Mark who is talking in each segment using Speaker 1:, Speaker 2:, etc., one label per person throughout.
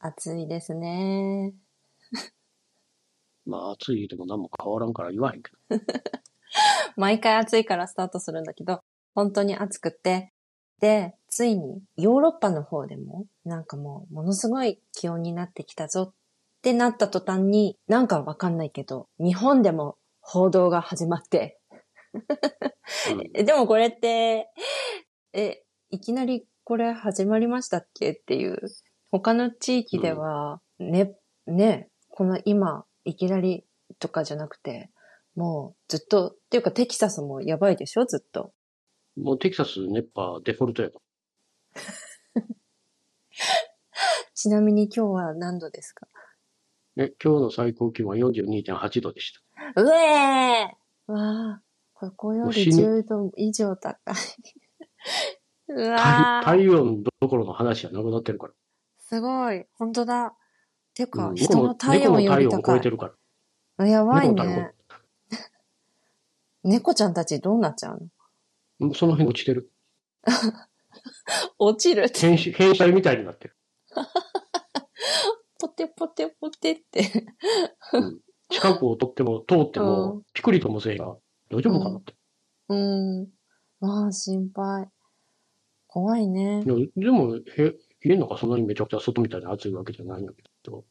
Speaker 1: 暑いですね。
Speaker 2: まあ、暑い言うても何も変わらんから言わへんけど。
Speaker 1: 毎回暑いからスタートするんだけど、本当に暑くて、で、ついにヨーロッパの方でも、なんかもうものすごい気温になってきたぞってなった途端に、なんかわかんないけど、日本でも報道が始まって、
Speaker 2: うん
Speaker 1: えでもこれって、え、いきなりこれ始まりましたっけっていう、他の地域では、ね、ね、この今、いきなりとかじゃなくて、もうずっと、っていうかテキサスもやばいでしょずっと。
Speaker 2: もうテキサス熱波デフォルトやか。
Speaker 1: ちなみに今日は何度ですから
Speaker 2: ね、今日の最高気温は42.8度でした。
Speaker 1: うえーわあ、ここより
Speaker 2: もう死ぬ
Speaker 1: 10度以上高い。うわあ、
Speaker 2: 体体温どころの話じゃなくなってるから。
Speaker 1: すごい。本当だ。てか、
Speaker 2: うん
Speaker 1: 人の体温
Speaker 2: 猫
Speaker 1: よ
Speaker 2: の
Speaker 1: り
Speaker 2: 猫の体
Speaker 1: 高
Speaker 2: 温を超えて
Speaker 1: い。
Speaker 2: るから。
Speaker 1: あやばい
Speaker 2: 猫の体温
Speaker 1: ね。猫ちゃんたちどうなっちゃうの
Speaker 2: うんその辺落ちてる。
Speaker 1: 落ちるって。
Speaker 2: 変死変態みたいになってる。
Speaker 1: ポテポテポテって。
Speaker 2: 近くを取っても、通って
Speaker 1: う
Speaker 2: も
Speaker 1: ん、
Speaker 2: ピクリともせえが、大丈夫かなって。
Speaker 1: うん。まあ、心配。怖いね。
Speaker 2: でもでも、へ家の中そんなにめちゃくちゃ外みたいに暑いわけじゃないんだけど。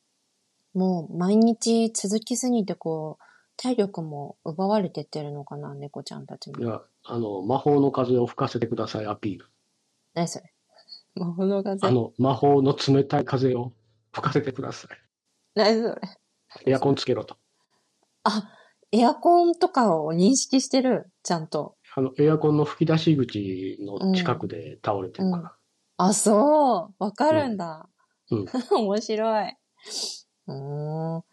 Speaker 1: もう毎日続きすぎてこう、体力も奪われてってるのかな、猫ちゃんたち
Speaker 2: い
Speaker 1: も。
Speaker 2: や、あの、魔法の風を吹かせてくださいアピール。
Speaker 1: 何それ 魔法の
Speaker 2: あ
Speaker 1: 風。
Speaker 2: の、魔法の冷たい風を吹かせてくださ
Speaker 1: 何それ
Speaker 2: い。エアコンつけろと。
Speaker 1: エアコンとかを認識してるちゃんと。
Speaker 2: あの、エアコンの吹き出し口の近くで倒れてるから。
Speaker 1: あ、そう。わかるんだ。
Speaker 2: うん
Speaker 1: 面白い。うーん。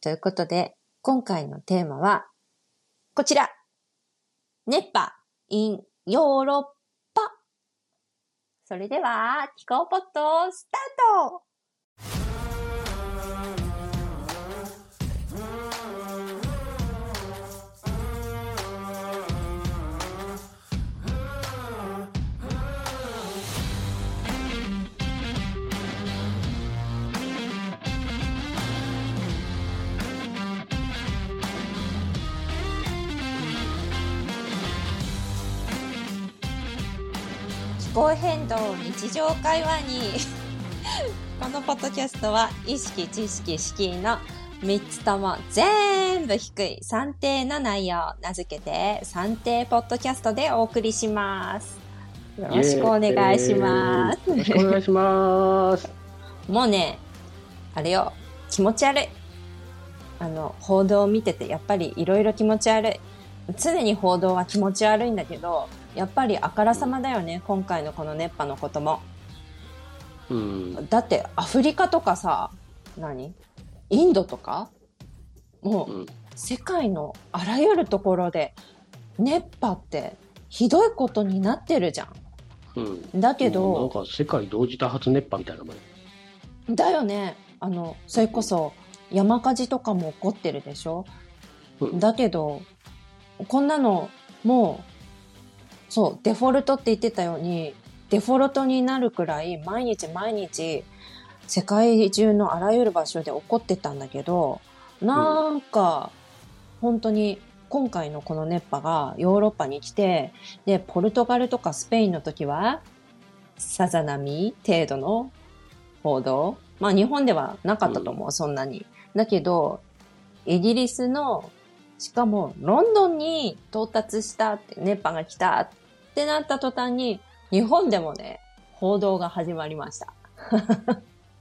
Speaker 1: ということで、今回のテーマは、こちら。熱波 in ヨーロッパ。それでは、気候ポットスタート気候変動日常会話に このポッドキャストは意識知識資金の3つとも全部低い算定の内容名付けて算定ポッドキャストでお送りしますよろしくお願いします
Speaker 2: イエーイよろしくお願いします。
Speaker 1: もうねあれよ気持ち悪いあの報道を見ててやっぱりいろいろ気持ち悪い常に報道は気持ち悪いんだけどやっぱりあからさまだよね今回のこの熱波のことも
Speaker 2: うん。
Speaker 1: だってアフリカとかさ何インドとかも
Speaker 2: う
Speaker 1: うん世界のあらゆるところで熱波ってひどいことになってるじゃ
Speaker 2: うん。
Speaker 1: ん。だけ
Speaker 2: も
Speaker 1: ど
Speaker 2: うなんか世界同時多発熱波みたいなもんね
Speaker 1: だよねあのそれこそ山火事とかも起こってるでしょ
Speaker 2: うん
Speaker 1: だけどこんなのもうそうデフォルトって言ってたようにデフォルトになるくらい毎日毎日世界中のあらゆる場所で起こってたんだけどなんか本当に今回のこの熱波がヨーロッパに来てでポルトガルとかスペインの時はさざ波程度の報道まあ日本ではなかったと思う、そんなに。だけどイギリスのしかもロンドンに到達したって熱波が来たってなった途端に日本でもね報道が始まりました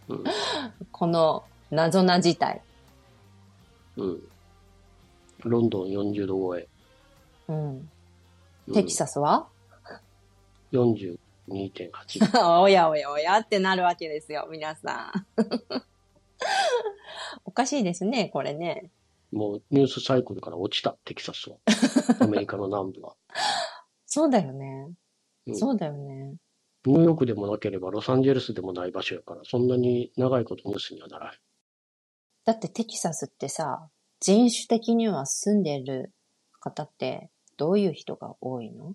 Speaker 2: うん。
Speaker 1: この謎な事態、
Speaker 2: うん。ロンドン40度超え。
Speaker 1: うん、テキサスは、
Speaker 2: ス。42.8
Speaker 1: おやおやおやってなるわけですよ皆さん おかしいですねこれね
Speaker 2: もうニュースサイクルから落ちた、テキサスは。アメリカの南部は。
Speaker 1: そうだよね、
Speaker 2: うん
Speaker 1: そうだよね
Speaker 2: ニューヨークでもなければロサンゼルスでもない場所やから、そんなに長いことニュースにはならへん。
Speaker 1: だってテキサスってさ人種的には住んでる方ってどういう人が多いの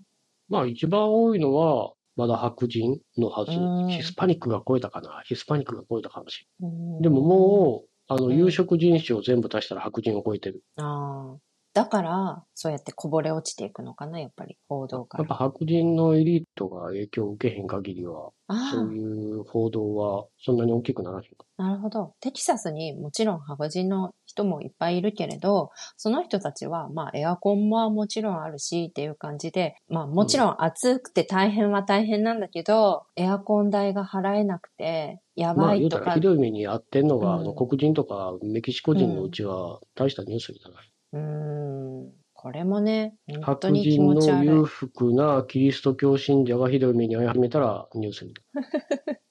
Speaker 2: まあ一番多いのは、まだ白人のはず
Speaker 1: うん。
Speaker 2: ヒスパニックが超えたかなヒスパニックが超えたかもし
Speaker 1: うん
Speaker 2: れない。でももう、あの、
Speaker 1: うん
Speaker 2: 有色人種を全部足したら白人を超えてる。
Speaker 1: ああ。だから、そうやってこぼれ落ちていくのかな、やっぱり、報道か
Speaker 2: や
Speaker 1: ら。
Speaker 2: っぱ白人のエリートが影響を受けへん限りは、
Speaker 1: ああ
Speaker 2: そういう報道はそんなに大きくならへんか。
Speaker 1: なるほど。テキサスにもちろん白人の人もいっぱいいるけれど、その人たちは、まあ、エアコンももちろんあるしっていう感じで、まあ、もちろん暑くて大変は大変なんだけど、エアコン代が払えなくて、や
Speaker 2: ま
Speaker 1: ば
Speaker 2: あ言
Speaker 1: いう
Speaker 2: た
Speaker 1: と
Speaker 2: ら
Speaker 1: か、
Speaker 2: ひどい目に遭ってんのが、
Speaker 1: うん
Speaker 2: あの黒人とかメキシコ人のうちは大したニュースにならへん。
Speaker 1: うーん、これもね、本当
Speaker 2: 白
Speaker 1: に気
Speaker 2: 人
Speaker 1: 持ち
Speaker 2: の
Speaker 1: 悪い
Speaker 2: 裕。福なキリスト教信者がひどい目に遭い始めたらニュースになる。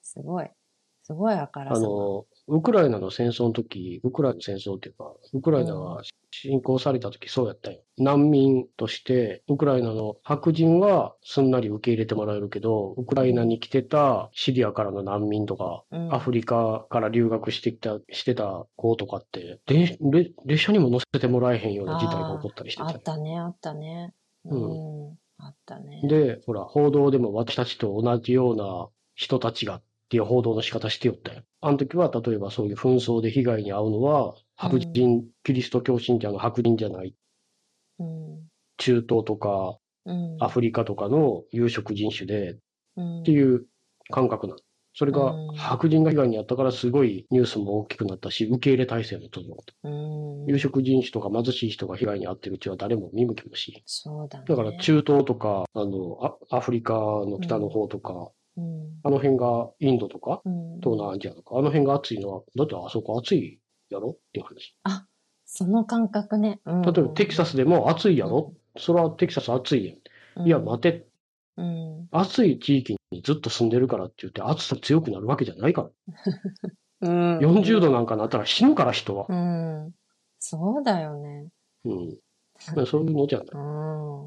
Speaker 1: すごい。すごいあから
Speaker 2: あ
Speaker 1: さま。
Speaker 2: の、ウクライナの戦争の時、ウクライナの戦争っていうか、ウクライナが侵攻された時そうやったよ。難民として、ウクライナの白人はすんなり受け入れてもらえるけど、ウクライナに来てたシリアからの難民とか、
Speaker 1: うん
Speaker 2: アフリカから留学してきた、してた子とかって、電列列車にも乗せてもらえへんような事態が起こったりして
Speaker 1: あ
Speaker 2: た
Speaker 1: っ
Speaker 2: よ。
Speaker 1: たね、あったね。う。
Speaker 2: うん
Speaker 1: あったね。
Speaker 2: で、ほら、報道でも私たちと同じような人たちがっていう報道の仕方してよったよ。あの時は、例えばそういう紛争で被害に遭うのは、白人、キリスト教信者の白人じゃない、
Speaker 1: うん。
Speaker 2: 中東とか
Speaker 1: うん。
Speaker 2: アフリカとかの有色人種でっ
Speaker 1: うん
Speaker 2: ていう感覚なの。それが
Speaker 1: うん
Speaker 2: 白人が被害に遭ったからすごいニュースも大きくなったし、受け入れ体制も整った。
Speaker 1: うん。
Speaker 2: 有色人種とか貧しい人が被害に遭ってるうちは誰も見向きもしない
Speaker 1: そうだね。
Speaker 2: だから中東とか、あの、アアフリカの北の方とか、
Speaker 1: うん。
Speaker 2: あの辺がインドとか、
Speaker 1: うん。
Speaker 2: 東南アジアとか、あの辺が暑いのは、だってあそこ暑いやろっていう話。
Speaker 1: その感覚ね。うん
Speaker 2: 例えばテキサスでも暑いやろそれはテキサス暑い
Speaker 1: う
Speaker 2: や
Speaker 1: ん
Speaker 2: ん。いや、待て、
Speaker 1: うん。
Speaker 2: 暑い地域にずっと住んでるからって言って、暑さ強くなるわけじゃないか
Speaker 1: うん
Speaker 2: ら。40度なんかなったら死ぬから人は。
Speaker 1: うん。そうだよね。
Speaker 2: うん。まあそういうのじゃない。
Speaker 1: うん。う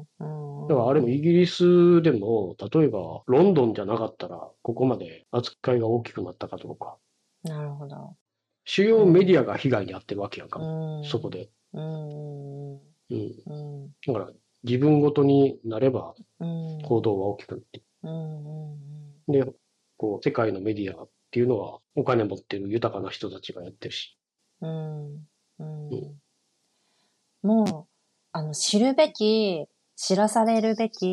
Speaker 1: ん。
Speaker 2: だからあれもイギリスでも、例えばロンドンじゃなかったら、ここまで扱いが大きくなったかどうか。
Speaker 1: なるほど。
Speaker 2: 主要メディアが被害に遭ってるわけやんか、
Speaker 1: うん。
Speaker 2: そこで。
Speaker 1: うん。うん。
Speaker 2: うん。
Speaker 1: うん。
Speaker 2: だから、自分ごとになれば
Speaker 1: うん。
Speaker 2: 行動は大きくなって。
Speaker 1: うん。うん。
Speaker 2: で、こう、世界のメディアっていうのは、お金持ってる豊かな人たちがやってるし。
Speaker 1: うんうん
Speaker 2: うん
Speaker 1: もう、あの、知るべき、知らされるべき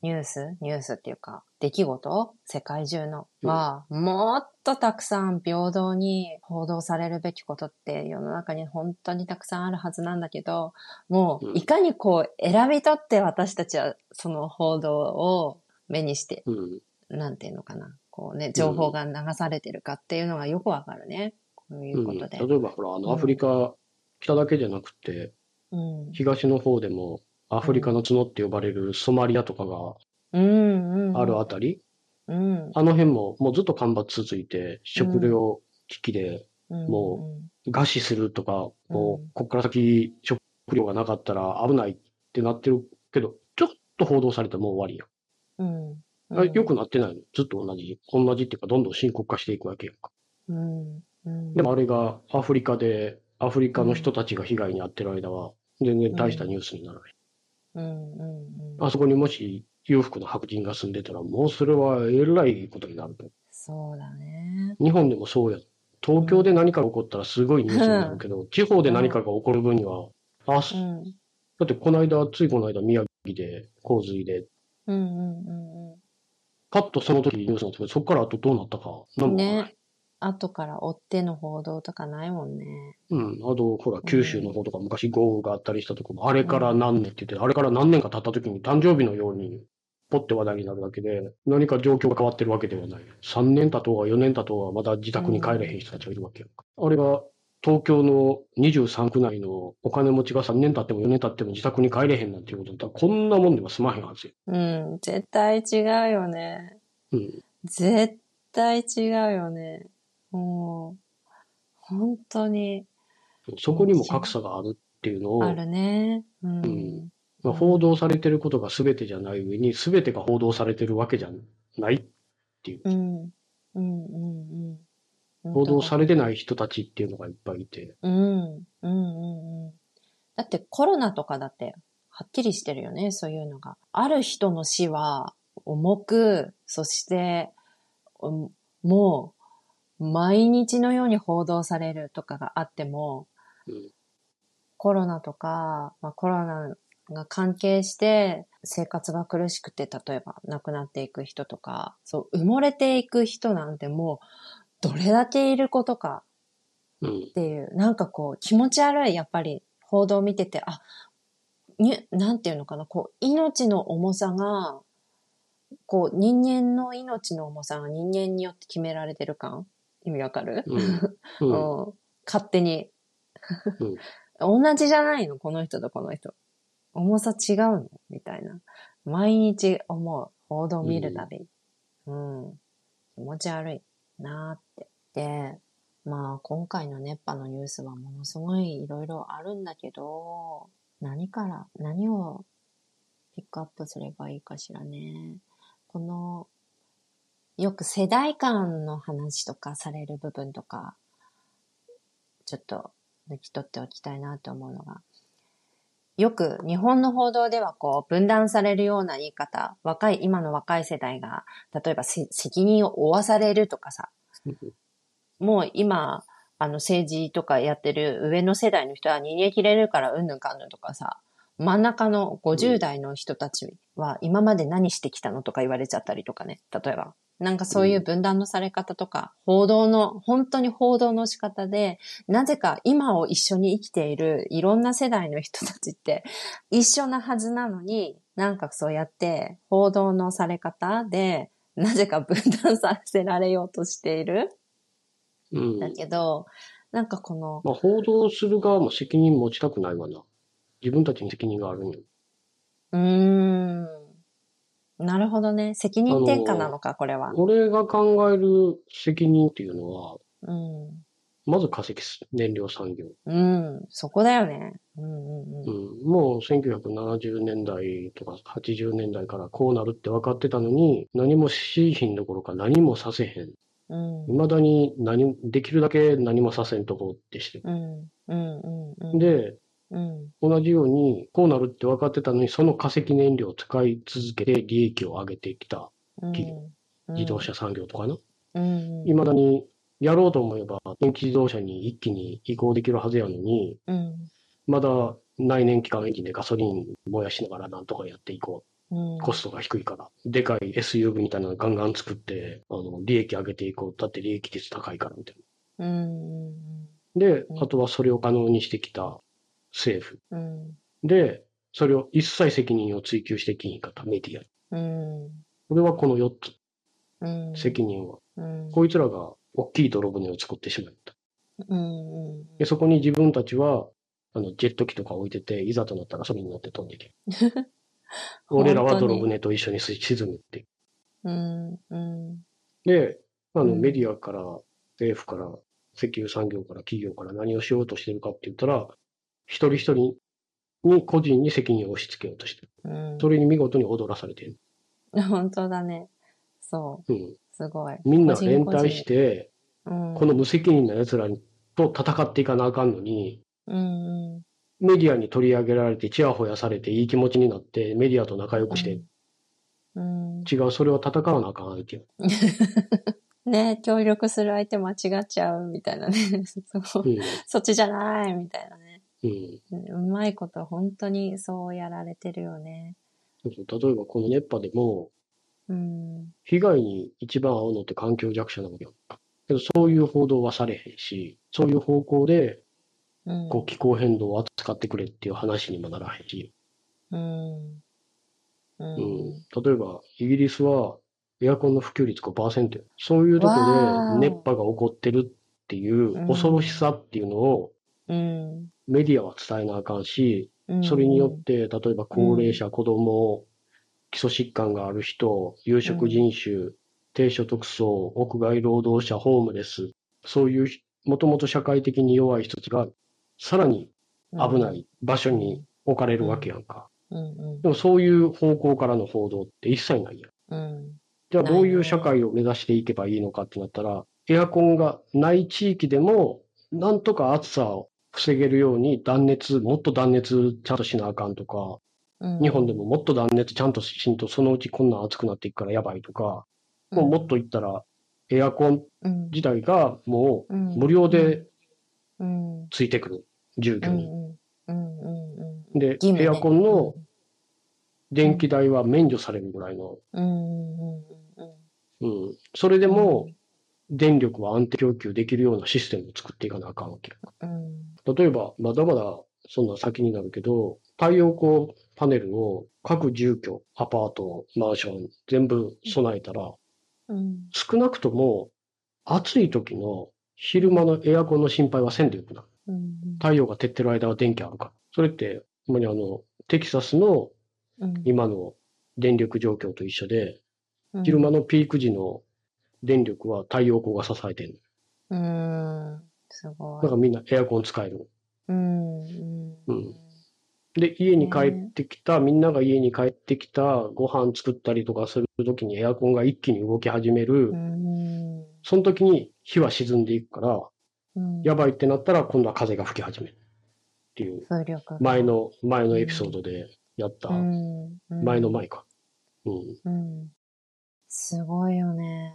Speaker 1: ニュース、ニュースっていうか、出来事世界中の
Speaker 2: うん
Speaker 1: は、もっとたくさん平等に報道されるべきことって世の中に本当にたくさんあるはずなんだけど、もう
Speaker 2: う、ん
Speaker 1: いかにこう、選び取って私たちはその報道を目にして、
Speaker 2: うん。
Speaker 1: なんていうのかな、こうね、情報が流されてるかっていうのがよくわかるね。こういう
Speaker 2: う
Speaker 1: こ
Speaker 2: ん、
Speaker 1: とで。
Speaker 2: 例えば、ほら、あの、アフリカ、北だけじゃなくて、
Speaker 1: うん
Speaker 2: 東の方でも、アフリカの角って呼ばれるソマリアとかが
Speaker 1: うんうん、
Speaker 2: あるあたり、
Speaker 1: うん
Speaker 2: あの辺ももうずっと干ばつ続いて、食料危機で
Speaker 1: うん、
Speaker 2: も餓死するとか、もう
Speaker 1: うん
Speaker 2: こっから先食料がなかったら危ないってなってるけど、ちょっと報道されてもう終わ
Speaker 1: うん、
Speaker 2: りやん。あよくなってないのずっと同じ。同じっていうか、どんどん深刻化していくわけやんか。
Speaker 1: うん、うん、
Speaker 2: でもあれがアフリカで、アフリカの人たちが被害に遭ってる間は、全然大したニュースにならない。
Speaker 1: うん、うん、うん
Speaker 2: あそこにもし裕福な白人が住んでたら、もうそれはえらいことになると。
Speaker 1: そうだね。
Speaker 2: 日本でもそうや。東京で何かが起こったらすごいニュースになるけど、地方で何かが起こる分には、あ、
Speaker 1: うん、
Speaker 2: だってこの間、ついこの間、宮城で洪水で、
Speaker 1: うん、うん、うん、
Speaker 2: パッとその時ニュースになってそこからあとどうなったか、
Speaker 1: う
Speaker 2: な
Speaker 1: ん。
Speaker 2: んもわからない
Speaker 1: ね。後から追っての報道とかないもんね。
Speaker 2: うん。あと、ほら、九州の方とか昔豪雨があったりしたとこも、あれから何年って言って、あれから何年か経った時に誕生日のように、ポッて話題になるだけで、何か状況が変わってるわけではない。3年経とうが4年経とうが、まだ自宅に帰れへん人たちがいるわけやんか。あれが、東京の23区内のお金持ちが3年経っても4年経っても自宅に帰れへんなんていうことだったら、こんなもんでは済まへんはずや。
Speaker 1: うん、絶対違うよね。
Speaker 2: うん。
Speaker 1: 絶対違うよね。もう、本当に
Speaker 2: そこにも格差があるっていうのを、
Speaker 1: あるね。うん、
Speaker 2: うんまあ、報道されてることが全てじゃない上に、全てが報道されてるわけじゃない。
Speaker 1: うん、うん、うん、うん。
Speaker 2: 報道されてない人たちっていうのがいっぱいいて。
Speaker 1: うん、うん、うん、うん。だってコロナとかだって、はっきりしてるよね、そういうのが。ある人の死は、重く、そして、うんもう、毎日のように報道されるとかがあっても、
Speaker 2: うん
Speaker 1: コロナとか、まあ、コロナが関係して、生活が苦しくて、例えば亡くなっていく人とか、そう、埋もれていく人なんてもう、どれだけいることか
Speaker 2: うん
Speaker 1: っ。ていう、なんかこう、気持ち悪い、やっぱり、報道を見てて、あ、に、なんていうのかな、こう、命の重さが、こう、人間の命の重さが人間によって決められてる感意味わかる、
Speaker 2: うん。
Speaker 1: う
Speaker 2: うん。
Speaker 1: ん勝手に、同じじゃないのこの人とこの人。重さ違うのみたいな。毎日思う。報道見るたび。うん。気持ち悪いなーって。で、まあ今回の熱波のニュースはものすごいいろいろあるんだけど、何から、何をピックアップすればいいかしらね。この、よく世代間の話とかされる部分とか、ちょっと抜き取っておきたいなと思うのが、よく日本の報道ではこう分断されるような言い方、若い、今の若い世代が、例えばせ責任を負わされるとかさ、もう今、あの政治とかやってる上の世代の人は逃げ切れるからうんぬんかんぬんとかさ、真ん中の50代の人たちは今まで何してきたのとか言われちゃったりとかね、例えば。なんかそういう分断のされ方とか、報道の、本当に報道の仕方で、なぜか今を一緒に生きているいろんな世代の人たちって一緒なはずなのに、なんかそうやって報道のされ方で、なぜか分断させられようとしている。
Speaker 2: うん。
Speaker 1: だけど、なんかこの、
Speaker 2: まあ、報道する側も責任持ちたくないわな。自分たちに責任があるんよ。
Speaker 1: うーん、なるほどね。責任転嫁なのか、これは。
Speaker 2: 俺が考える責任っていうのは、
Speaker 1: うん。
Speaker 2: まず化石燃料産業。
Speaker 1: うん、そこだよね。うんうん
Speaker 2: う
Speaker 1: うん。
Speaker 2: ん。もう1970年代とか80年代からこうなるって分かってたのに、何もしひんどころか何もさせへん。
Speaker 1: うん
Speaker 2: 未だに何、できるだけ何もさせんとこってしてる。
Speaker 1: うんうんうんうん。
Speaker 2: で、
Speaker 1: うん
Speaker 2: 同じように、こうなるって分かってたのに、その化石燃料を使い続けて利益を上げてきた
Speaker 1: うん
Speaker 2: き自動車産業とかな。
Speaker 1: うん
Speaker 2: 未だにやろうと思えば電気自動車に一気に移行できるはずやのに、
Speaker 1: うん
Speaker 2: まだ内燃機関エンジンでガソリン燃やしながらなんとかやっていこ
Speaker 1: うん
Speaker 2: う。コストが低いから。でかい SUV みたいなのガンガン作って、あの、利益上げていこう。だって利益率高いからみたい
Speaker 1: うんうん
Speaker 2: な。で
Speaker 1: う、ん
Speaker 2: あとはそれを可能にしてきた政府。
Speaker 1: うん
Speaker 2: で、それを一切責任を追及してきひんかったメディア。
Speaker 1: うん
Speaker 2: これはこの4
Speaker 1: うん
Speaker 2: つ、責任は。
Speaker 1: うん
Speaker 2: こいつらが大きい泥船を作ってしまった。
Speaker 1: うんうん
Speaker 2: で、そこに自分たちは、あの、ジェット機とか置いてて、いざとなったらそれに乗って飛んでいける。 俺らは泥船と一緒に沈むって。
Speaker 1: うんうん
Speaker 2: で、あの、
Speaker 1: うん
Speaker 2: メディアから、政府から、石油産業から企業から何をしようとしてるかって言ったら、一人一人に個人に責任を押し付けようとしてる。
Speaker 1: うん
Speaker 2: それに見事に踊らされてる。
Speaker 1: 本当だね。そ
Speaker 2: うん。
Speaker 1: う、すごい。、
Speaker 2: みんな連帯してて、
Speaker 1: うん
Speaker 2: この無責任な奴らと戦っていかなあかんのに、
Speaker 1: うんうん
Speaker 2: メディアに取り上げられて、ちやほやされて、いい気持ちになって、メディアと仲良くして、
Speaker 1: うん
Speaker 2: 違う、それは戦わなあかん相手。
Speaker 1: ね、協力する相手間違っちゃうみたいなね。そう
Speaker 2: うん。
Speaker 1: そっちじゃないみたいなね。
Speaker 2: うん。
Speaker 1: うんうまいこと本当にそうやられてるよね。
Speaker 2: そうそう例えば、この熱波でも、
Speaker 1: うん。
Speaker 2: 被害に一番合うのって環境弱者なわけよ。けど、そういう報道はされへんし、そういう方向で、
Speaker 1: うん。
Speaker 2: こう、気候変動を扱ってくれっていう話にもならへんし、
Speaker 1: うん。う。
Speaker 2: うんん。例えば、イギリスは、エアコンの普及率5%よ。そういうとこ
Speaker 1: わー
Speaker 2: で熱波が起こってるっていう恐ろしさっていうのを
Speaker 1: うん。
Speaker 2: メディアは伝えなあかんし、
Speaker 1: うん
Speaker 2: それによって、例えば高齢者、子供、基礎疾患がある人、有色人種、低所得層、屋外労働者、ホームレス、そういうひ、もともと社会的に弱い人たちが、さらに危な。い場所に置かれるわけやんか。
Speaker 1: うんうん
Speaker 2: でもそういう方向からの報道って一切ないやん。
Speaker 1: うん。
Speaker 2: じゃあ
Speaker 1: ないね
Speaker 2: どういう社会を目指していけばいいのかってなったら、エアコンがない地域でも、なんとか暑さを防げるように断熱、もっと断熱ちゃんとしなあかんとか、
Speaker 1: うん
Speaker 2: 日本でももっと断熱ちゃんとしんと、そのうちこんなん暑くなっていくからやばいとか、もうもっと言ったら、エアコン
Speaker 1: うん
Speaker 2: 自体がも
Speaker 1: う
Speaker 2: うん無料で
Speaker 1: うん
Speaker 2: ついてくる、住居に。
Speaker 1: うんうんうんうん
Speaker 2: で、
Speaker 1: 義務ね
Speaker 2: エアコンの電気代は免除されるぐらいの、
Speaker 1: うんうんうんうん
Speaker 2: うん。それでも、電力は安定供給できるようなシステムを作っていかなあかんわけ。
Speaker 1: うん
Speaker 2: 例えば、まだまだそんな先になるけど、太陽光パネルを各住居、アパート、マンション、全部備えたら、
Speaker 1: うん
Speaker 2: 少なくとも暑い時の昼間のエアコンの心配はせんでよくなる。
Speaker 1: うん
Speaker 2: 太陽が照ってる間は電気あるから。それって、ほんまにあの、テキサスの
Speaker 1: うん
Speaker 2: 今の電力状況と一緒で、
Speaker 1: うん
Speaker 2: 昼間のピーク時の電力は太陽光が支えてる。
Speaker 1: うんすご
Speaker 2: だ
Speaker 1: い
Speaker 2: からみんなエアコン使える。
Speaker 1: うんうん
Speaker 2: うんで、家に帰ってきた、みんなが家に帰ってきた、ご飯作ったりとかするときにエアコンが一気に動き始める。
Speaker 1: うん
Speaker 2: その時に火は沈んでいくから、
Speaker 1: うん
Speaker 2: やばいってなったら今度は風が吹き始める。っていう、
Speaker 1: 風力
Speaker 2: 前の、前のエピソードでやった、
Speaker 1: うんうん
Speaker 2: 前の前か。うん。
Speaker 1: うんすごいよね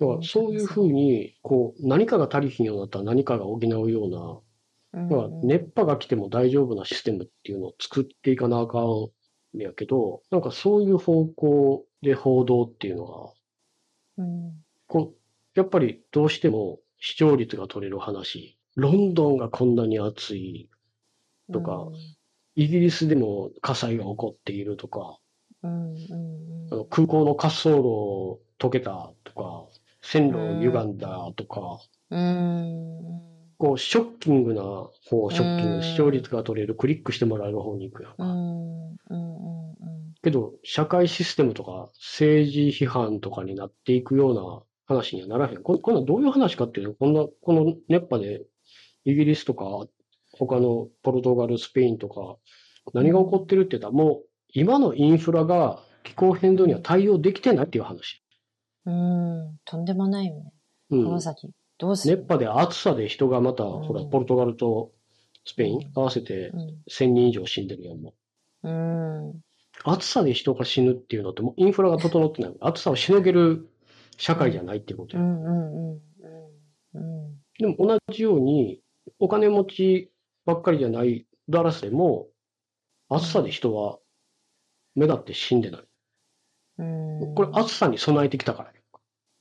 Speaker 2: だからそういうふうに、こう、何かが足りひんようになったら何かが補うような、
Speaker 1: うん
Speaker 2: だから熱波が来ても大丈夫なシステムっていうのを作っていかなあかんねやけど、なんかそういう方向で報道っていうのが、
Speaker 1: うん
Speaker 2: こうやっぱりどうしても視聴率が取れる話、ロンドンがこんなに暑い、とかイギリスでも火災が起こっているとか、
Speaker 1: うんうん
Speaker 2: あ
Speaker 1: う
Speaker 2: の
Speaker 1: ん
Speaker 2: 空港の滑走路溶けたとか、線路歪んだとか、
Speaker 1: うん
Speaker 2: こうショッキングな方、ショッキン
Speaker 1: うん
Speaker 2: グ、視聴率が取れる、クリックしてもらえる方に行くやんか。
Speaker 1: うんうんうん
Speaker 2: けど、社会システムとか政治批判とかになっていくような話にはならへん。ここんなんどういう話かっていうと、こんな、この熱波でイギリスとか、他のポルトガル、スペインとか、何が起こってるって言ったら、もう今のインフラが気候変動には対応できてないっていう話。
Speaker 1: うんうんとんでもないよね
Speaker 2: うん。
Speaker 1: 川崎どうす
Speaker 2: 熱
Speaker 1: る
Speaker 2: 波で暑さで人がまた、ほら、
Speaker 1: うん
Speaker 2: ポルトガルとスペイン合わせて
Speaker 1: うん
Speaker 2: 1000人以上死んでるやん、もう。
Speaker 1: うん
Speaker 2: 暑さで人が死ぬっていうのって、もうインフラが整ってない。暑さをしのげる社会じゃないっていうこと
Speaker 1: う
Speaker 2: や。
Speaker 1: んうんうんうん
Speaker 2: でも同じように、お金持ちばっかりじゃないダラスでも、暑さで人は目立って死んでない。
Speaker 1: うんうん
Speaker 2: これ暑さに備えてきたからね。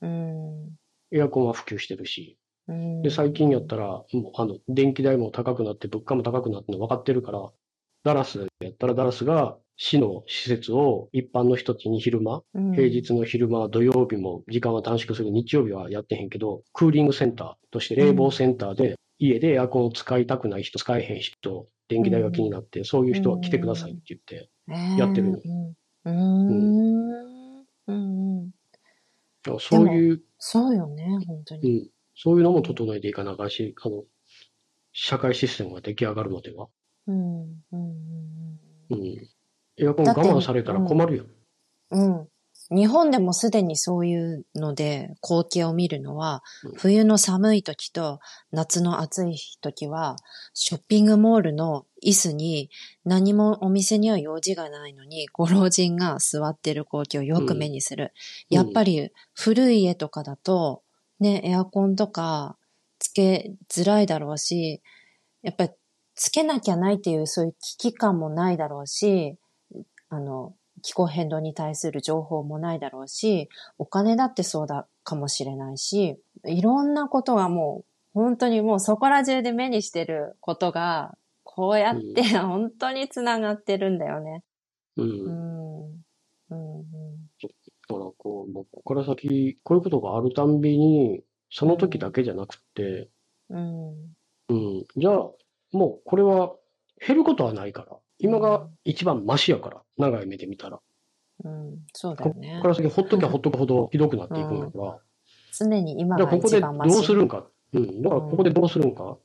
Speaker 1: うん
Speaker 2: エアコンは普及してるし。
Speaker 1: うん
Speaker 2: で、最近やったら、もうあの、電気代も高くなって、物価も高くなっての分かってるから、ダラスやったらダラスが市の施設を一般の人たちに昼間、
Speaker 1: うん
Speaker 2: 平日の昼間、土曜日も時間は短縮する、日曜日はやってへんけど、クーリングセンターとして冷房センターで、家でエアコンを使いたくない人、使えへん人、電気代が気になって、そういう人は来てくださいって言って、やってる
Speaker 1: えーうんうんうんうん
Speaker 2: だからそういう、
Speaker 1: そうよね本当
Speaker 2: う
Speaker 1: に
Speaker 2: ん、そういうのも整えていかなあかんし、あの、社会システムが出来上がるまでは。
Speaker 1: うんうんうん
Speaker 2: うん。エアコン
Speaker 1: だ
Speaker 2: 我
Speaker 1: って
Speaker 2: 慢されたら困るよ。
Speaker 1: うん日本でもすでにそういうので光景を見るのは
Speaker 2: うん、
Speaker 1: 冬の寒い時と夏の暑い時は、ショッピングモールの椅子に何もお店には用事がないのに、ご老人が座ってる光景をよく目にする。
Speaker 2: うん
Speaker 1: やっぱり古い家とかだと、ね、エアコンとかつけづらいだろうし、やっぱりつけなきゃないっていうそういう危機感もないだろうし、あの、気候変動に対する情報もないだろうし、お金だってそうだかもしれないし、いろんなことがもう、本当にもうそこら中で目にしてることが、こうやって本当につながってるんだよね。
Speaker 2: うん。
Speaker 1: うん。う
Speaker 2: だか
Speaker 1: ん。うん
Speaker 2: ら、こう、もうここから先、こういうことがあるたんびに、その時だけじゃなくって、
Speaker 1: うん。
Speaker 2: うん。じゃあ、もうこれは減ることはないから。今が一番マシやから。長い目で見たら。
Speaker 1: うん。そうだよね
Speaker 2: これ。から先ほっときゃほっとくほどひどくなっていくんだから。
Speaker 1: 常に今
Speaker 2: じゃあ
Speaker 1: が
Speaker 2: ここで
Speaker 1: 一
Speaker 2: ど
Speaker 1: 番
Speaker 2: うするんか。うん。だからここでどうするんか。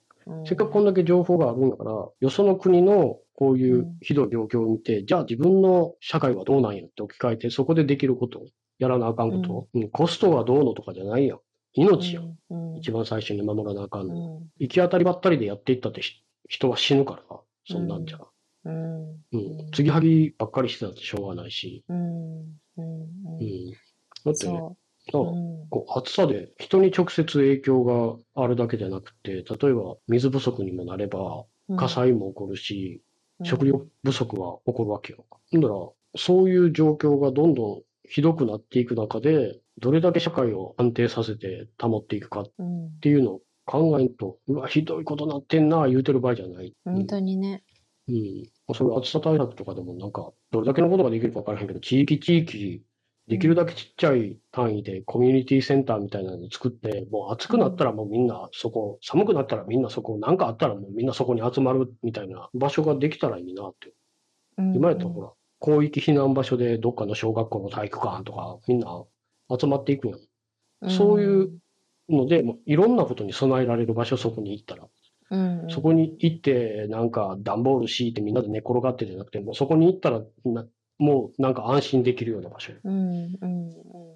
Speaker 2: せっかくこんだけ情報があるんだから、よその国のこういうひどい状況を見て、じゃあ自分の社会はどうなんやって置き換えて、そこでできること、やらなあかんこと、うん、コストはどうのとかじゃないやん。命やん。
Speaker 1: うん。
Speaker 2: 一番最初に守らなあかん
Speaker 1: う
Speaker 2: の。
Speaker 1: ん。
Speaker 2: 行き当たりばったりでやっていったってひ人は死ぬから、そんなんじゃ。
Speaker 1: うん。
Speaker 2: うん。継ぎはぎばっかりしてたってしょうがないし。
Speaker 1: うん。うん。
Speaker 2: う
Speaker 1: うん
Speaker 2: ん。だって、ね、
Speaker 1: そ。
Speaker 2: そうう
Speaker 1: うん。
Speaker 2: こう暑さで人に直接影響があるだけじゃなくて、例えば水不足にもなれば、
Speaker 1: うん
Speaker 2: 火災も起こる
Speaker 1: う
Speaker 2: し、
Speaker 1: ん
Speaker 2: 食料不足は起こるわけよ。だから、そういう状況がどんどんひどくなっていく中で、どれだけ社会を安定させて保っていくかっ
Speaker 1: うん。
Speaker 2: ていうのを考えると、うわ、ひどいことなってんな、言うてる場合じゃない。
Speaker 1: 本当にね。
Speaker 2: うん。そういう暑さ対策とかでもなんか、どれだけのことができるかわからへんけど、地域地域、できるだけちっちゃい単位でコミュニティセンターみたいなの作って、もう暑くなったらもうみんなそこ、寒くなったらみんなそこ、なんかあったらもうみんなそこに集まるみたいな場所ができたらいいなって。
Speaker 1: うん
Speaker 2: 今やったらほら、広域避難場所でどっかの小学校の体育館とか、みんな集まっていくやん。そういう。ので、もういろんなことに備えられる場所、そこに行ったら。
Speaker 1: うんうん。
Speaker 2: そこに行って、なんか段ボール敷いてみんなで寝転がってじゃなくて、もうそこに行ったらな、もうなんか安心できるような場所。
Speaker 1: うん。うん。うん。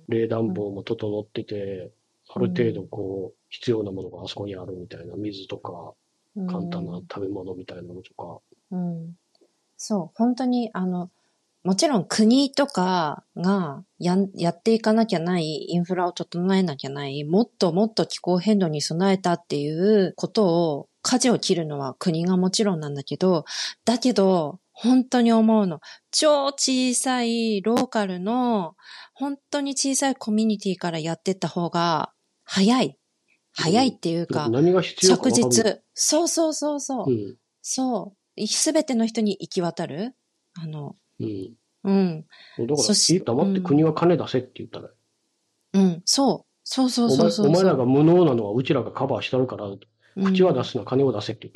Speaker 2: 冷暖房も整ってて、あ
Speaker 1: うん
Speaker 2: る程度こう、必要なものがあそこにあるみたいな、水とか、簡単な食べ物みたいなのとか。
Speaker 1: うんそう、本当に、あの、もちろん国とかがやんやっていかなきゃない、インフラを整えなきゃない、もっともっと気候変動に備えたっていうことを、舵を切るのは国がもちろんなんだけど、だけど、本当に思うの。超小さいローカルの、本当に小さいコミュニティからやってった方が、早い。早いっていうか、
Speaker 2: 何が必要
Speaker 1: 即
Speaker 2: か分かる
Speaker 1: 日。そうそうそうそう。
Speaker 2: うん。
Speaker 1: そう。すべての人に行き渡るあの、
Speaker 2: うん。
Speaker 1: うん、
Speaker 2: だから、
Speaker 1: そし
Speaker 2: 黙って国は金出せって言ったら、
Speaker 1: うん、そう。そうそう
Speaker 2: お
Speaker 1: そ
Speaker 2: 前
Speaker 1: うそう。
Speaker 2: お前らが無能なのはうちらがカバーしたるから、口は出
Speaker 1: す。
Speaker 2: すな、金を出せって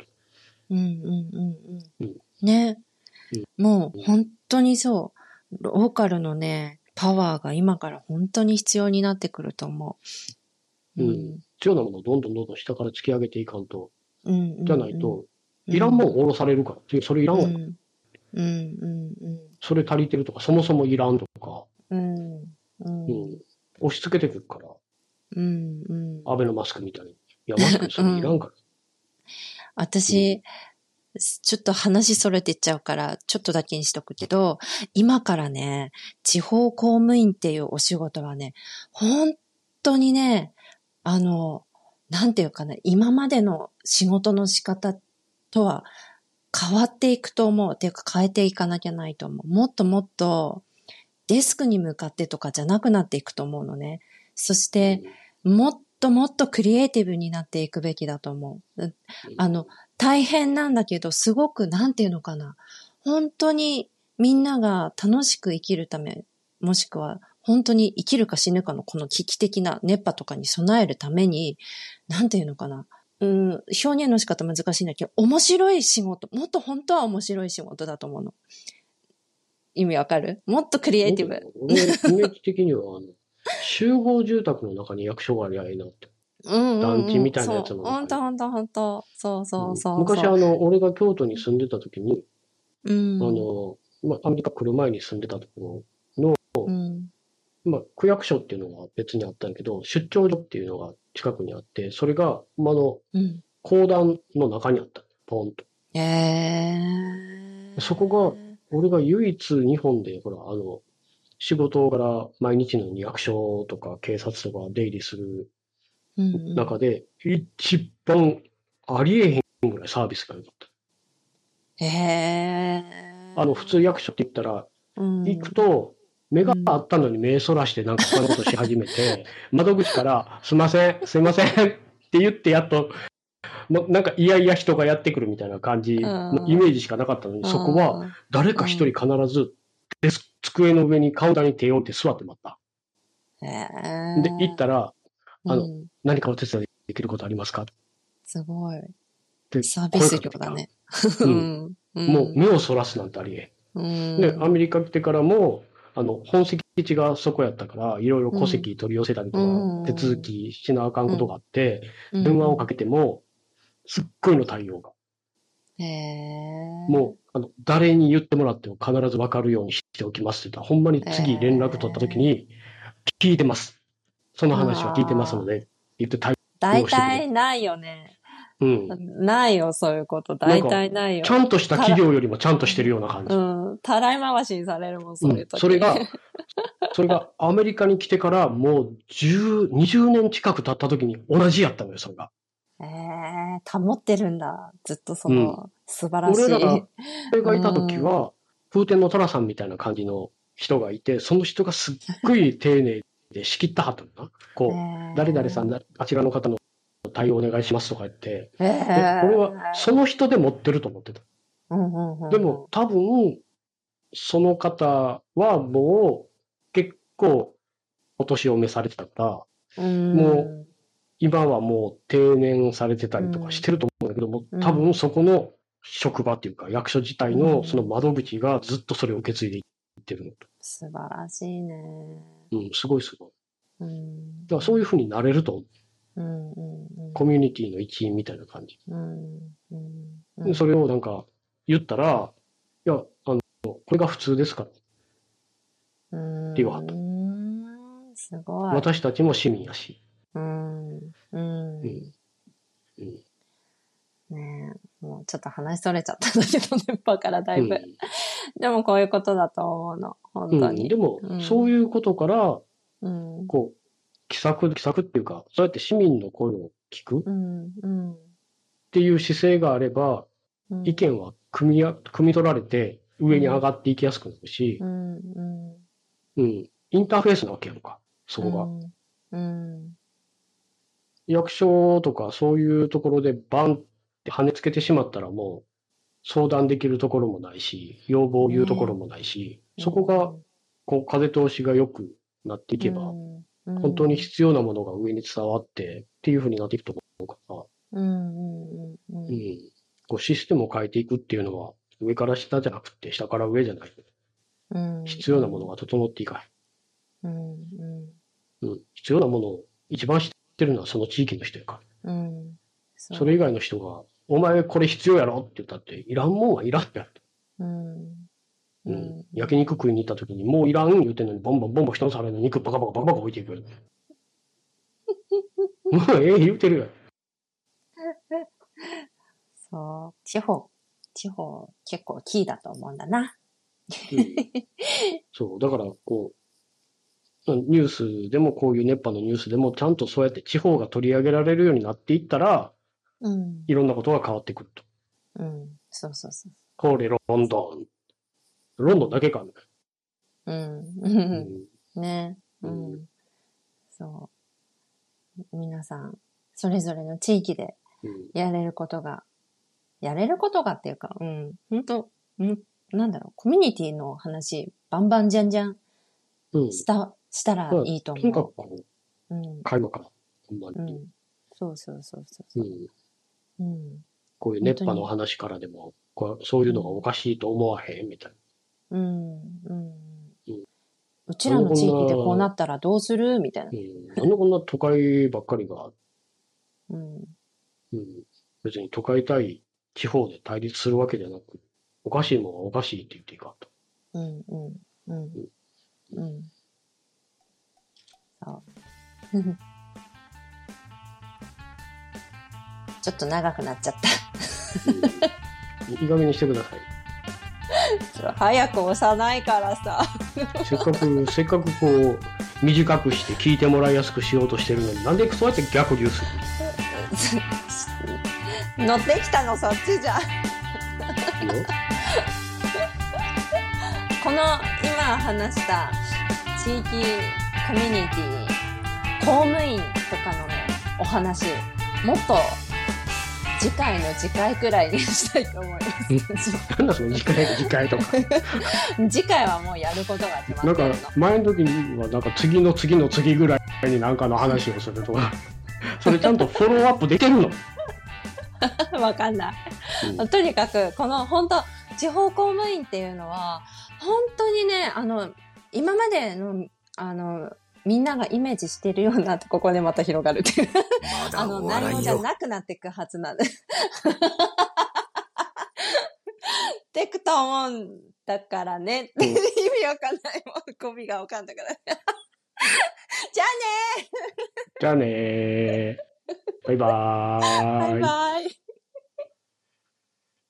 Speaker 2: 言った。
Speaker 1: うん、うん、うん、う
Speaker 2: うんん。
Speaker 1: ね。もう
Speaker 2: うん
Speaker 1: 本当にそう。ローカルのね、パワーが今から本当に必要になってくると思う。
Speaker 2: うん必要なものをどんどんどんどん下から突き上げていかんと、
Speaker 1: うん。うんうん
Speaker 2: じゃないと、
Speaker 1: うん、
Speaker 2: いらんもん
Speaker 1: ん。
Speaker 2: 下ろされるからっていう、それいらん
Speaker 1: う
Speaker 2: わ、
Speaker 1: ん、うん、う
Speaker 2: それ足りてるとか、そもそもいらんとか、
Speaker 1: ん、うん。うん、
Speaker 2: う
Speaker 1: うん
Speaker 2: ん、押し付けてくるから、
Speaker 1: うん、うん。
Speaker 2: アベノマスクみたいに。いや、マスクそれいらんから。
Speaker 1: 私、ちょっと話それてっちゃうから、ちょっとだけにしとくけど、今からね、地方公務員っていうお仕事はね、本当にね、あの、なんていうかな、今までの仕事の仕方とは変わっていくと思う。っていうか変えていかなきゃないと思う。もっともっと、デスクに向かってとかじゃなくなっていくと思うのね。そして、もっともっとクリエイティブになっていくべきだと思う。うあの、大変なんだけど、すごく、なんていうのかな。本当にみんなが楽しく生きるため、もしくは本当に生きるか死ぬかのこの危機的な熱波とかに備えるために、なんていうのかな。うん、表現の仕方難しいんだけど、面白い仕事、もっと本当は面白い仕事だと思うの。意味わかるもっとクリエイティブ。
Speaker 2: 僕のイメージ的には、あの、集合住宅の中に役所がありゃいいなって。
Speaker 1: うんうんうん、
Speaker 2: 団地みたいなやつも
Speaker 1: そうほんとほんとほんと。そうそうそうそう。
Speaker 2: 昔、あの、俺が京都に住んでた時に、
Speaker 1: うん、
Speaker 2: あの、まあ、アメリカ来る前に住んでたとこ
Speaker 1: うん、
Speaker 2: ろ、まあ、区役所っていうのが別にあったんやけど、出張所っていうのが近くにあって、それが、まああの、
Speaker 1: うん。
Speaker 2: 公団の中にあった。ポンと。
Speaker 1: えー。
Speaker 2: そこ俺が唯一日本で、ほら、あの、仕事から毎日のように役所とか警察とか出入りする
Speaker 1: うんうん、
Speaker 2: 中で、一番ありえへんぐらいサービスが良かっ
Speaker 1: えー。
Speaker 2: た。あの、普通役所って言ったら、
Speaker 1: うん、
Speaker 2: 行くと、目があったのに目そらしてなんか他のことし始め て、窓口から、すいません、すいませんって言ってやっと、もうなんかいやいや人がやってくるみたいな感じのイメージしかなかったのに、そこは、誰か一人必ずデスク、机の上にカウンターに手を置いて座って待った。
Speaker 1: うん、
Speaker 2: で、
Speaker 1: えー、
Speaker 2: 行ったら、あの
Speaker 1: うん、
Speaker 2: 何かお手伝いできることありますかっ
Speaker 1: すごい。
Speaker 2: て
Speaker 1: サービス業だね。
Speaker 2: う
Speaker 1: うん。
Speaker 2: もう目をそらすなんてありえ
Speaker 1: うん、
Speaker 2: ん。で、アメリカ来てからも、あの、本籍地がそこやったから、いろいろ戸籍取り寄せたりとか
Speaker 1: うん、
Speaker 2: 手続きしなあかんことがあって、
Speaker 1: うん
Speaker 2: 電話をかけても、すっごいの対応が。
Speaker 1: えー。
Speaker 2: もう、あの、誰に言ってもらっても必ずわかるようにしておきますって言ったら、ほんまに次連絡取った時に、聞いてます。その話は聞いてますので、言って対応
Speaker 1: 大体ないよね。
Speaker 2: うん。
Speaker 1: ないよ、そういうこと。大体ないよ
Speaker 2: ち。ゃんとした企業よりもちゃんとしてるような感じ
Speaker 1: う。ん。たらい回しにされるもん、そういう時。
Speaker 2: それが、それがアメリカに来てからもう10、20年近く経った時に同じやったのよ、それが。
Speaker 1: ええ保ってるんだ。ずっとその、素晴らし
Speaker 2: 俺らが
Speaker 1: い。、
Speaker 2: 俺がいた時は、風天の寅さんみたいな感じの人がいて、その人がすっごい丁寧で仕切ったはったのな。こう、誰々さん、あちらの方の対応お願いしますとか言って、
Speaker 1: ええ
Speaker 2: で俺はその人で持ってると思ってた。
Speaker 1: うんうんうん、
Speaker 2: でも、多分、その方はもう結構お年を召されてたから、
Speaker 1: うん、
Speaker 2: もう今はもう定年されてたりとかしてると思うんだけども、
Speaker 1: うん
Speaker 2: 多分そこの職場っていうか役所自体
Speaker 1: う
Speaker 2: の
Speaker 1: ん
Speaker 2: その窓口がずっとそれを受け継いでいってるのと。
Speaker 1: 素晴らしいね。
Speaker 2: うん、すごいすごい。
Speaker 1: うん。
Speaker 2: だからそういうふうになれると、
Speaker 1: うんうんうん。
Speaker 2: コミュニティの一員みたいな感じ。
Speaker 1: うんうんう
Speaker 2: で
Speaker 1: ん、
Speaker 2: それをなんか言ったら、いや、あの、これが普通ですから。
Speaker 1: うん
Speaker 2: っていうわ
Speaker 1: すごい。
Speaker 2: 私たちも市民やし。
Speaker 1: うん。うん。
Speaker 2: うん。うん。
Speaker 1: ねえ。もうちょっと話それちゃったんだけどね、バからだいぶ、
Speaker 2: うん
Speaker 1: でもこういうことだと思うの。本
Speaker 2: う
Speaker 1: 当
Speaker 2: ん、
Speaker 1: に
Speaker 2: で。も、
Speaker 1: うん
Speaker 2: そういうことから、
Speaker 1: うん。うん。
Speaker 2: こう、気さく、気さくっていうか、そうやって市民の声を聞くっ
Speaker 1: うん。
Speaker 2: ていう姿勢があれば、
Speaker 1: うん
Speaker 2: 意見は汲みや、汲み取られて、上に上がっていきやすくなるし
Speaker 1: う、ん。うん。
Speaker 2: うん。インターフェースなわけやんか、そこが。
Speaker 1: うん。うん。
Speaker 2: 役所とかそういうところでバンって跳ねつけてしまったらもう、相談できるところもないし、要望を言うところもないし、そこが、こう、風通しが良くなっていけば、
Speaker 1: うん、
Speaker 2: 本当に必要なものが上に伝わってっていうふうになっていくと思うから、
Speaker 1: うん。うん。うん。う。
Speaker 2: うんん。こうシステムを変えていくっていうのは、上から下じゃなくて、下から上じゃない。
Speaker 1: うん。
Speaker 2: 必要なものが整っていか
Speaker 1: うん。うん。
Speaker 2: ない。うん。必要なものを一番知ってるのはその地域の人やか
Speaker 1: うん。
Speaker 2: ら。
Speaker 1: そ
Speaker 2: それ以外の人が、お前これ必要やろって言ったって、いらんもんはいらんってやって。
Speaker 1: うん。う
Speaker 2: うん
Speaker 1: ん。。
Speaker 2: 焼肉食いに行った時に、もういらん言うてんのに、ボンボンボンボン人の皿の肉バカバカバカバカ置いていくよ。 もうええ言うてるよ。
Speaker 1: そう。地方、地方結構キーだと思うんだな。
Speaker 2: うんそう、だから、こう、ニュースでも、こういう熱波のニュースでも、ちゃんとそうやって地方が取り上げられるようになっていったら、
Speaker 1: うん。
Speaker 2: いろんなことが変わってくると。
Speaker 1: うん。そうそうそう。
Speaker 2: これ、ロンドン。ロンドンだけかね。
Speaker 1: うん。ね。う。
Speaker 2: うん
Speaker 1: そう。皆さん、それぞれの地域で
Speaker 2: うん
Speaker 1: やれることが、やれることがっていうか、うん。本当うん、なんだろう、コミュニティの話、バンバンじゃんじゃん
Speaker 2: うん。
Speaker 1: した、したらいいと
Speaker 2: とにかく
Speaker 1: 思
Speaker 2: こう、
Speaker 1: う。うん。
Speaker 2: 会話から、ほんま
Speaker 1: う
Speaker 2: に。
Speaker 1: ん。そうそうそうそうそう。
Speaker 2: うん。
Speaker 1: うん。
Speaker 2: こういう熱波の話からでも、こうそういうのがおかしいと思わへんみたい
Speaker 1: うんうんうちらの地域でこうなったらどうするみたいな
Speaker 2: な。。うん。なんでこんな都会ばっかりが、
Speaker 1: うん。
Speaker 2: うん。別に都会対地方で対立するわけじゃなく、おかしいもんはおかしいって言っていいかと。
Speaker 1: うんうんうん。うん。そう。ちょっと長くなっちゃっ
Speaker 2: うんいい加減にしてください。
Speaker 1: た。早く押さないからさ。
Speaker 2: せっかく、せっかくこう、短くして聞いてもらいやすくしようとしてるのに、なんでそうやって逆流する
Speaker 1: 乗ってきたのそっちじゃん。
Speaker 2: の
Speaker 1: この今話した地域コミュニティ公務員とかのねお話もっと次回の次回くらいにしたいと思いま
Speaker 2: なんだその次回、次回とか。
Speaker 1: す次回はもうやることが決ま
Speaker 2: な
Speaker 1: っ
Speaker 2: ん
Speaker 1: てる
Speaker 2: か
Speaker 1: の、
Speaker 2: 前の時には、なんか次の次の次ぐらいになんかの話をすると か、それちゃんとフォローアップできて るの。
Speaker 1: わかんない、
Speaker 2: う
Speaker 1: とにかくこの本当地方公務員っていうのは本当にねあの今までのあのみんながイメージしてるようなここでまた広がるっていう
Speaker 3: ま
Speaker 1: あ
Speaker 3: だ
Speaker 1: の、
Speaker 3: 終わら
Speaker 1: 何も
Speaker 3: ん
Speaker 1: じゃ
Speaker 3: よ。
Speaker 1: なくな っていくはずなんで。ってくと思うんだからね。
Speaker 2: う ん
Speaker 1: 意味わかんない。 もう語 尾がわかんなくなる。じゃあね
Speaker 2: じゃあねー。
Speaker 4: バイバー
Speaker 2: バイバイ。